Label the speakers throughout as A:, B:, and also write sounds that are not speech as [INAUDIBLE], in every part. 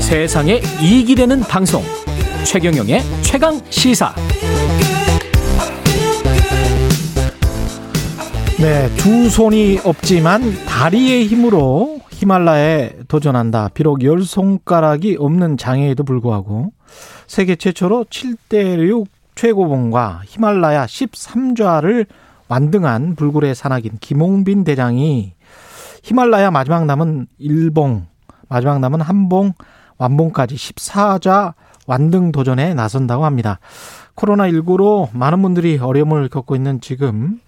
A: 세상에 이익이 되는 방송 최경영의 최강 시사
B: 네, 두 손이 없지만 다리의 힘으로 히말라야에 도전한다. 비록 열 손가락이 없는 장애에도 불구하고 세계 최초로 7대륙 최고봉과 히말라야 13좌를 완등한 불굴의 산악인 김홍빈 대장이 히말라야 마지막 남은 일봉, 마지막 남은 한봉, 완봉까지 14좌 완등 도전에 나선다고 합니다. 코로나19로 많은 분들이 어려움을 겪고 있는 지금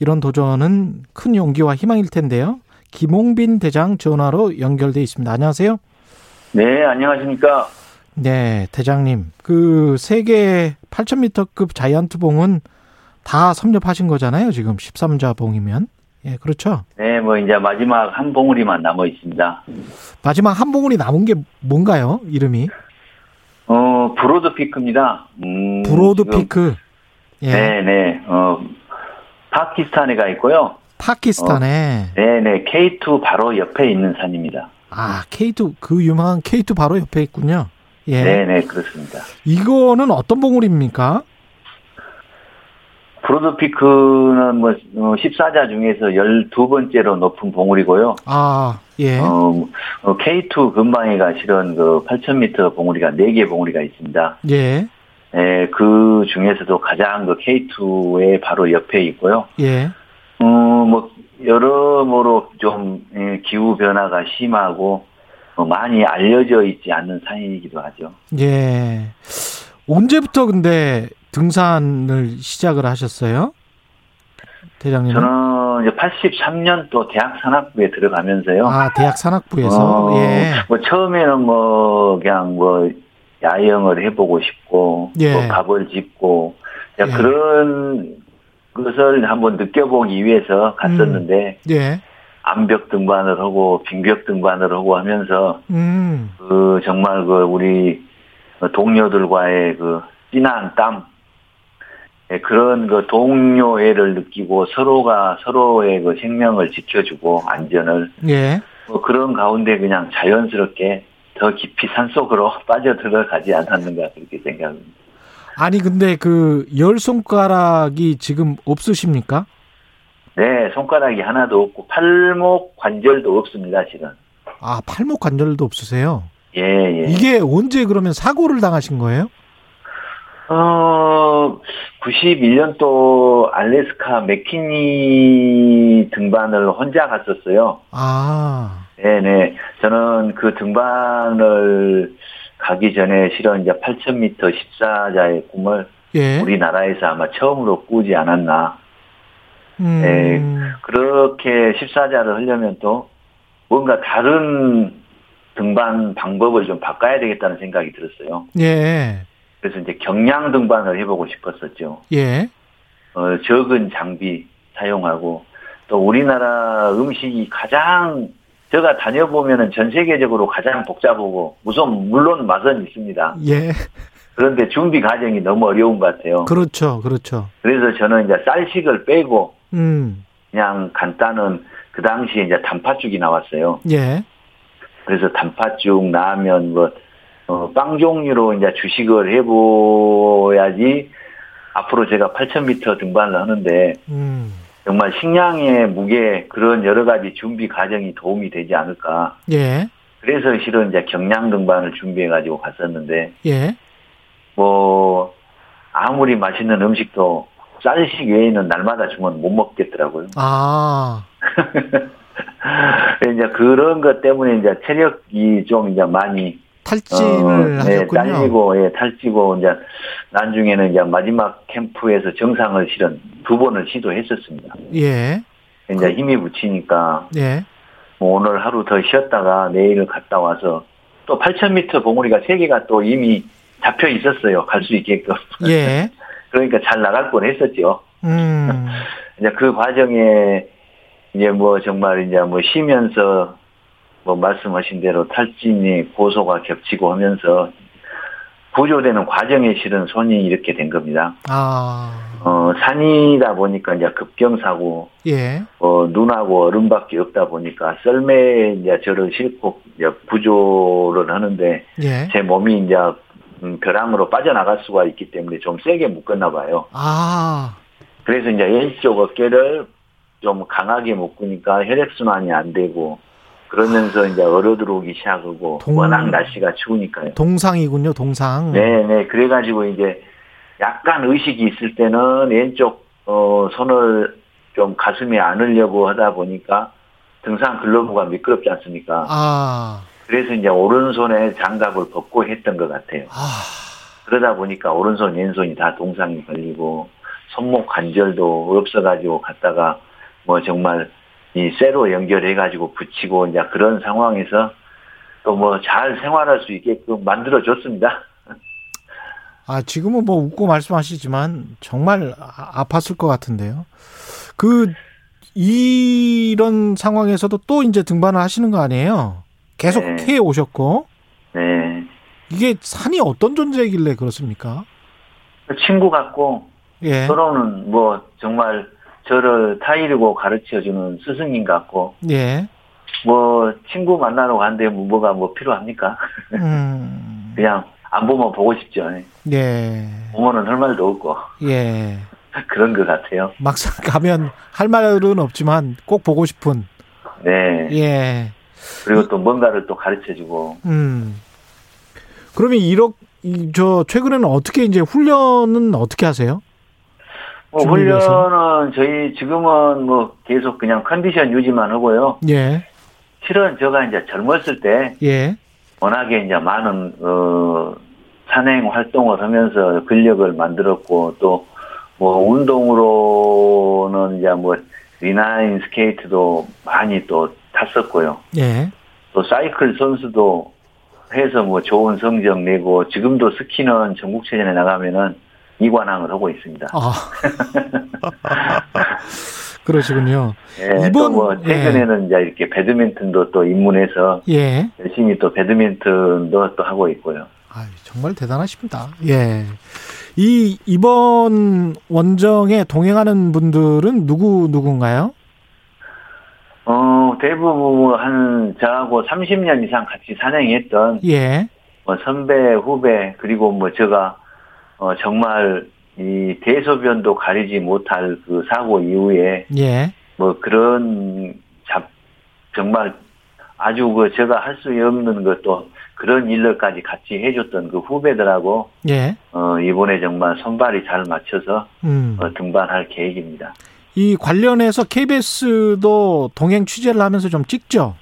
B: 이런 도전은 큰 용기와 희망일 텐데요. 김홍빈 대장 전화로 연결돼 있습니다. 안녕하세요.
C: 네, 안녕하십니까.
B: 네, 대장님. 그 세계 8,000m급 자이언트 봉은 다 섭렵하신 거잖아요. 지금 13자 봉이면. 예, 그렇죠.
C: 네, 뭐 이제 마지막 한 봉우리만 남아 있습니다.
B: 마지막 한 봉우리 남은 게 뭔가요? 이름이?
C: 어, 브로드 피크입니다. 음,
B: 브로드
C: 지금,
B: 피크. 예.
C: 네, 네. 어, 파키스탄에 가 있고요.
B: 파키스탄에
C: 네, 네. K2 바로 옆에 있는 산입니다.
B: 아, K2 그 유명한 K2 바로 옆에 있군요. 예.
C: 네, 네, 그렇습니다.
B: 이거는 어떤 봉우리입니까?
C: 브로드 피크는 뭐 14자 중에서 12번째로 높은 봉우리고요.
B: 아, 예.
C: 어, 어, K2 근방에가 실은 그 8,000m 봉우리가 4개 봉우리가 있습니다.
B: 예.
C: 예, 그 중에서도 가장 그 K2의 바로 옆에 있고요.
B: 예.
C: 음, 뭐, 여러모로 좀, 예, 기후 변화가 심하고, 어, 많이 알려져 있지 않는 산이기도 하죠.
B: 예. 언제부터 근데 등산을 시작을 하셨어요? 대장님.
C: 저는 이제 83년도 대학 산악부에 들어가면서요.
B: 아, 대학 산악부에서.
C: 어,
B: 예.
C: 뭐 처음에는 뭐 그냥 뭐 야영을 해보고 싶고
B: 예.
C: 뭐 갑을 짚고 그냥
B: 예.
C: 그런 것을 한번 느껴보기 위해서 갔었는데
B: 예.
C: 암벽 등반을 하고 빙벽 등반을 하고 하면서
B: 음.
C: 그 정말 그 우리 동료들과의 그 진한 땀 예, 그런 그 동료애를 느끼고 서로가 서로의 그 생명을 지켜주고 안전을
B: 예.
C: 뭐 그런 가운데 그냥 자연스럽게 더 깊이 산속으로 [LAUGHS] 빠져들어가지 않았는가 그렇게 생각합니다.
B: 아니 근데 그 열 손가락이 지금 없으십니까?
C: 네, 손가락이 하나도 없고 팔목 관절도 없습니다, 지금.
B: 아, 팔목 관절도 없으세요.
C: 예, 예.
B: 이게 언제 그러면 사고를 당하신 거예요?
C: 어, 91년도 알래스카 맥키니 등반을 혼자 갔었어요.
B: 아.
C: 네네. 저는 그 등반을 가기 전에 실은 이제 8,000m 14자의 꿈을
B: 예.
C: 우리나라에서 아마 처음으로 꾸지 않았나.
B: 음.
C: 네. 그렇게 14자를 하려면 또 뭔가 다른 등반 방법을 좀 바꿔야 되겠다는 생각이 들었어요.
B: 예.
C: 그래서 이제 경량 등반을 해보고 싶었었죠.
B: 예.
C: 어, 적은 장비 사용하고 또 우리나라 음식이 가장 제가 다녀보면은 전 세계적으로 가장 복잡하고 우선 물론 맛은 있습니다.
B: 예.
C: 그런데 준비 과정이 너무 어려운 것 같아요.
B: 그렇죠. 그렇죠.
C: 그래서 저는 이제 쌀식을 빼고
B: 음.
C: 그냥 간단한 그 당시에 이제 단팥죽이 나왔어요.
B: 예.
C: 그래서 단팥죽, 라면, 뭐, 어, 빵 종류로 이제 주식을 해보야지 앞으로 제가 8,000m 등반을 하는데
B: 음.
C: 정말 식량의 무게 그런 여러 가지 준비 과정이 도움이 되지 않을까.
B: 예.
C: 그래서 실은 이제 경량 등반을 준비해가지고 갔었는데
B: 예.
C: 뭐 아무리 맛있는 음식도 쌀식 외에는 날마다 주면 못 먹겠더라고요. [LAUGHS]
B: 아.
C: 이제 그런 것 때문에 이제 체력이 좀 이제 많이
B: 탈진을
C: 어, 네,
B: 하셨군요.
C: 딸리고 예, 탈지고 이제 나중에는 이제 마지막 캠프에서 정상을 실은 두 번을 시도했었습니다.
B: 예.
C: 이제 힘이 붙이니까
B: 예.
C: 뭐 오늘 하루 더 쉬었다가 내일 갔다 와서 또 8,000m 봉우리가 세 개가 또 이미 잡혀 있었어요. 갈 수 있게끔. [LAUGHS]
B: 예.
C: 그러니까 잘 나갈 뻔 했었죠.
B: 음.
C: 이제 그 과정에 이제 뭐 정말 이제 뭐 쉬면서 뭐 말씀하신 대로 탈진이 고소가 겹치고 하면서 구조되는 과정에 실은 손이 이렇게 된 겁니다.
B: 아.
C: 어, 산이다 보니까 이제 급경사고,
B: 예.
C: 어, 눈하고 얼음밖에 없다 보니까 썰매에 이제 저를 싣고 이제 구조를 하는데
B: 예.
C: 제 몸이 이제 음, 벼랑으로 빠져나갈 수가 있기 때문에 좀 세게 묶었나 봐요.
B: 아,
C: 그래서 이제 왼쪽 어깨를 좀 강하게 묶으니까 혈액순환이 안 되고 그러면서 이제 얼어 들어오기 시작하고
B: 동-
C: 워낙 날씨가 추우니까요.
B: 동상이군요, 동상.
C: 네네 그래가지고 이제 약간 의식이 있을 때는 왼쪽 어, 손을 좀 가슴에 안으려고 하다 보니까 등산 글러브가 미끄럽지 않습니까?
B: 아,
C: 그래서 이제 오른손에 장갑을 벗고 했던 것 같아요.
B: 아,
C: 그러다 보니까 오른손 왼손이 다 동상이 걸리고 손목 관절도 없어가지고 갔다가 뭐 정말 이 쇠로 연결해가지고 붙이고 이제 그런 상황에서 또 뭐 잘 생활할 수 있게끔 만들어줬습니다.
B: 아, 지금은 뭐 웃고 말씀하시지만 정말 아, 아팠을 것 같은데요. 그, 이런 상황에서도 또 이제 등반을 하시는 거 아니에요? 계속
C: 네.
B: 해 오셨고,
C: 네.
B: 이게 산이 어떤 존재이길래 그렇습니까?
C: 친구 같고
B: 예.
C: 서로는 뭐 정말 저를 타이르고 가르쳐주는 스승님 같고
B: 예.
C: 뭐 친구 만나러 갔는데 뭐 뭐가 뭐 필요합니까?
B: 음,
C: 그냥 안 보면 보고 싶죠.
B: 예.
C: 보면은 할 말도 없고 [LAUGHS]
B: 예.
C: 그런 것 같아요.
B: 막상 [LAUGHS] 가면 할 말은 없지만 꼭 보고 싶은.
C: 네.
B: 예.
C: 그리고 또 뭔가를 또 가르쳐주고
B: 음. 그러면 이렇게 저 최근에는 어떻게 이제 훈련은 어떻게 하세요?
C: 뭐
B: 준비돼서?
C: 훈련은 저희 지금은 뭐 계속 그냥 컨디션 유지만 하고요.
B: 예.
C: 실은 제가 이제 젊었을 때
B: 예.
C: 워낙에 이제 많은 어 산행 활동을 하면서 근력을 만들었고 또 뭐 운동으로는 이제 뭐 리나인 스케이트도 많이 또 탔었고요.
B: 예.
C: 또 사이클 선수도 해서 뭐 좋은 성적 내고 지금도 스키는 전국체전에 나가면은 이관왕을 하고 있습니다.
B: 아. [LAUGHS] 그러시군요.
C: 예,
B: 이번-
C: 또뭐 최근에는 이제 이렇게 배드민턴도 또 입문해서
B: 예.
C: 열심히 또 배드민턴도 또 하고 있고요.
B: 아, 정말 대단하십니다. 예. 이 이번 원정에 동행하는 분들은 누구 누군가요?
C: 어 대부분 한 저하고 30년 이상 같이 산행했던
B: 예.
C: 뭐 선배 후배 그리고 뭐 제가 어 정말 이 대소변도 가리지 못할 그 사고 이후에
B: 예.
C: 뭐 그런 잡 정말 아주 그 제가 할 수 없는 것도 그런 일들까지 같이 해줬던 그 후배들하고
B: 예.
C: 어 이번에 정말 선발이 잘 맞춰서
B: 음.
C: 어, 등반할 계획입니다.
B: 이 관련해서 KBS도 동행 취재를 하면서 좀 찍죠.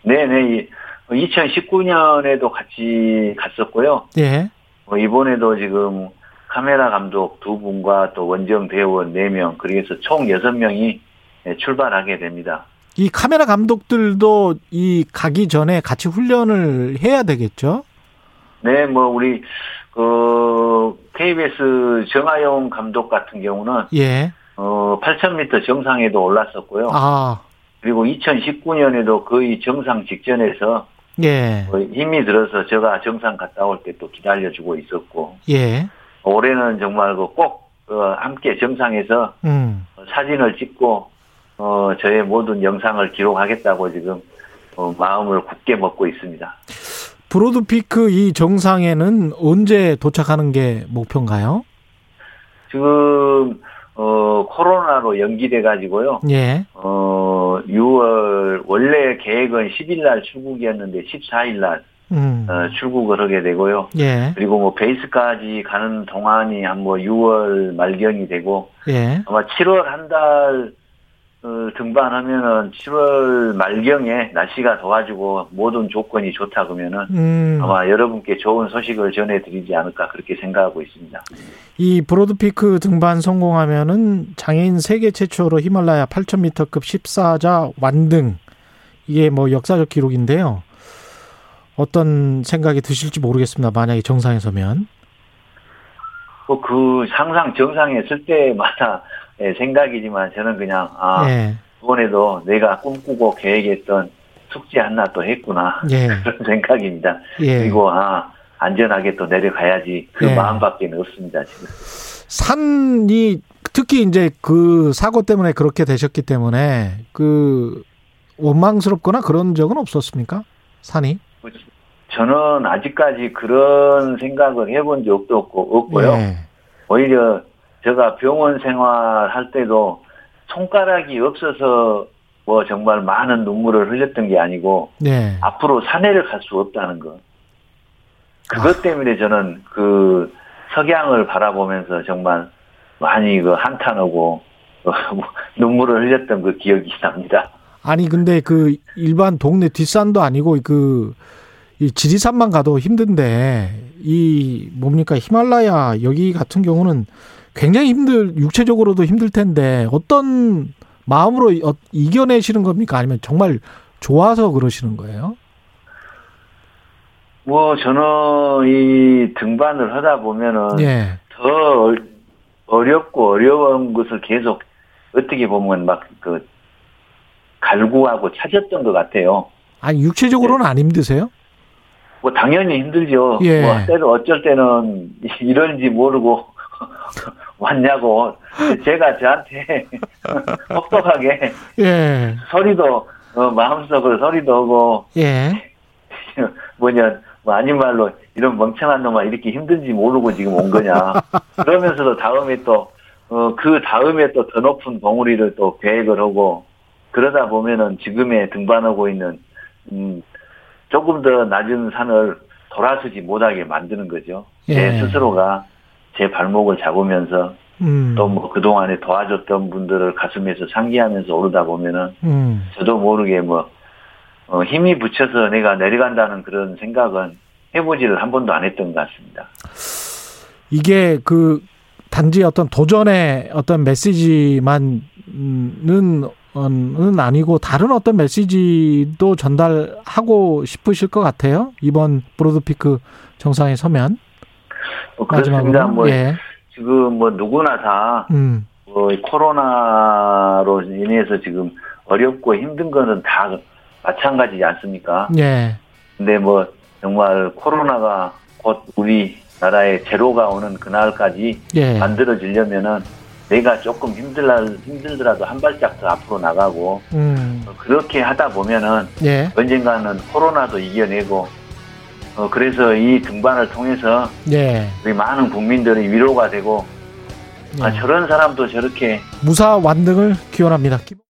C: 네네 2019년에도 같이 갔었고요.
B: 예.
C: 어, 이번에도 지금 카메라 감독 두 분과 또 원정 대원 네 명 그래서 총 여섯 명이 예, 출발하게 됩니다.
B: 이 카메라 감독들도 이 가기 전에 같이 훈련을 해야 되겠죠.
C: 네, 뭐 우리 그 KBS 정하용 감독 같은 경우는
B: 예.
C: 어 8,000m 정상에도 올랐었고요.
B: 아,
C: 그리고 2019년에도 거의 정상 직전에서
B: 예.
C: 뭐 힘이 들어서 제가 정상 갔다 올 때 또 기다려주고 있었고
B: 예.
C: 올해는 정말 그꼭 어, 함께 정상에서
B: 음.
C: 어, 사진을 찍고 어 저의 모든 영상을 기록하겠다고 지금 어, 마음을 굳게 먹고 있습니다.
B: 브로드피크 이 정상에는 언제 도착하는 게 목표인가요?
C: 지금 어 코로나로 연기돼 가지고요.
B: 예.
C: 어, 6월 원래 계획은 10일 날 출국이었는데 14일 날
B: 음.
C: 어, 출국을 하게 되고요.
B: 예.
C: 그리고 뭐 베이스까지 가는 동안이 한 뭐 6월 말경이 되고
B: 예.
C: 아마 7월 한 달 어, 등반하면은 7월 말경에 날씨가 더워지고 모든 조건이 좋다 그러면은
B: 음.
C: 아마 여러분께 좋은 소식을 전해드리지 않을까 그렇게 생각하고 있습니다.
B: 이 브로드피크 등반 성공하면은 장애인 세계 최초로 히말라야 8,000m급 14자 완등 이게 뭐 역사적 기록인데요. 어떤 생각이 드실지 모르겠습니다. 만약에 정상에 서면
C: 뭐그 항상 정상에 있을 때마다 [LAUGHS] 예, 생각이지만 저는 그냥 아
B: 예,
C: 이번에도 내가 꿈꾸고 계획했던 숙제 하나 또 했구나
B: 예,
C: 그런 생각입니다.
B: 예.
C: 그리고 아 안전하게 또 내려가야지 그
B: 예.
C: 마음밖에 없습니다 지금.
B: 산이 특히 이제 그 사고 때문에 그렇게 되셨기 때문에 그 원망스럽거나 그런 적은 없었습니까? 산이?
C: 저는 아직까지 그런 생각을 해본 적도 없고, 없고요.
B: 예.
C: 오히려 제가 병원 생활할 때도 손가락이 없어서 뭐 정말 많은 눈물을 흘렸던 게 아니고
B: 예.
C: 앞으로 사내를 갈 수 없다는 것. 그것 때문에 저는 그 석양을 바라보면서 정말 많이 그 한탄하고 [LAUGHS] 눈물을 흘렸던 그 기억이 납니다.
B: 아니 근데 그 일반 동네 뒷산도 아니고 그 이 지리산만 가도 힘든데 이 뭡니까 히말라야 여기 같은 경우는 굉장히 힘들 육체적으로도 힘들 텐데 어떤 마음으로 이- 어- 이겨내시는 겁니까 아니면 정말 좋아서 그러시는 거예요?
C: 뭐 저는 이 등반을 하다 보면은
B: 예.
C: 더 얼- 어렵고 어려운 것을 계속 어떻게 보면 막 그 갈구하고 찾았던 것 같아요.
B: 아니 육체적으로는 안 힘드세요?
C: 뭐 당연히 힘들죠.
B: 예.
C: 뭐 때로 어쩔 때는 [LAUGHS] 이런지 모르고 [LAUGHS] 왔냐고 제가 저한테 [LAUGHS] 혹독하게 [LAUGHS]
B: 예.
C: 소리도 어, 마음속으로 소리도 하고
B: 예.
C: [LAUGHS] 뭐냐 뭐 아닌 말로 이런 멍청한 놈아 이렇게 힘든지 모르고 지금 온 거냐 그러면서도 다음에 또 어 그 다음에 또 더 높은 봉우리를 또 계획을 하고 그러다 보면은 지금의 등반하고 있는 음 조금 더 낮은 산을 돌아서지 못하게 만드는 거죠
B: 예.
C: 제 스스로가 제 발목을 잡으면서
B: 음.
C: 또 뭐 그동안에 도와줬던 분들을 가슴에서 상기하면서 오르다 보면은
B: 음.
C: 저도 모르게 뭐 어, 힘이 붙여서 내가 내려간다는 그런 생각은 해보지를 한 번도 안 했던 것 같습니다.
B: 이게 그 단지 어떤 도전의 어떤 메시지만은 는 아니고 다른 어떤 메시지도 전달하고 싶으실 것 같아요. 이번 브로드피크 정상에 서면
C: 뭐 그렇습니다.
B: 마지막으로
C: 뭐
B: 예,
C: 지금 뭐 누구나 다
B: 음,
C: 뭐이 코로나로 인해서 지금 어렵고 힘든 거는 다 마찬가지지 않습니까?
B: 예,
C: 근데 뭐 정말 코로나가 곧 우리 나라의 제로가 오는 그날까지
B: 예,
C: 만들어지려면은 내가 조금 힘들라 힘들더라도 한 발짝 더 앞으로 나가고
B: 음,
C: 그렇게 하다 보면은
B: 예,
C: 언젠가는 코로나도 이겨내고 어, 그래서 이 등반을 통해서
B: 예, 예.
C: 우리 많은 국민들이
B: 네.
C: 위로가 되고 아, 저런 아, 사람도 저렇게
B: 무사 완등을 기원합니다.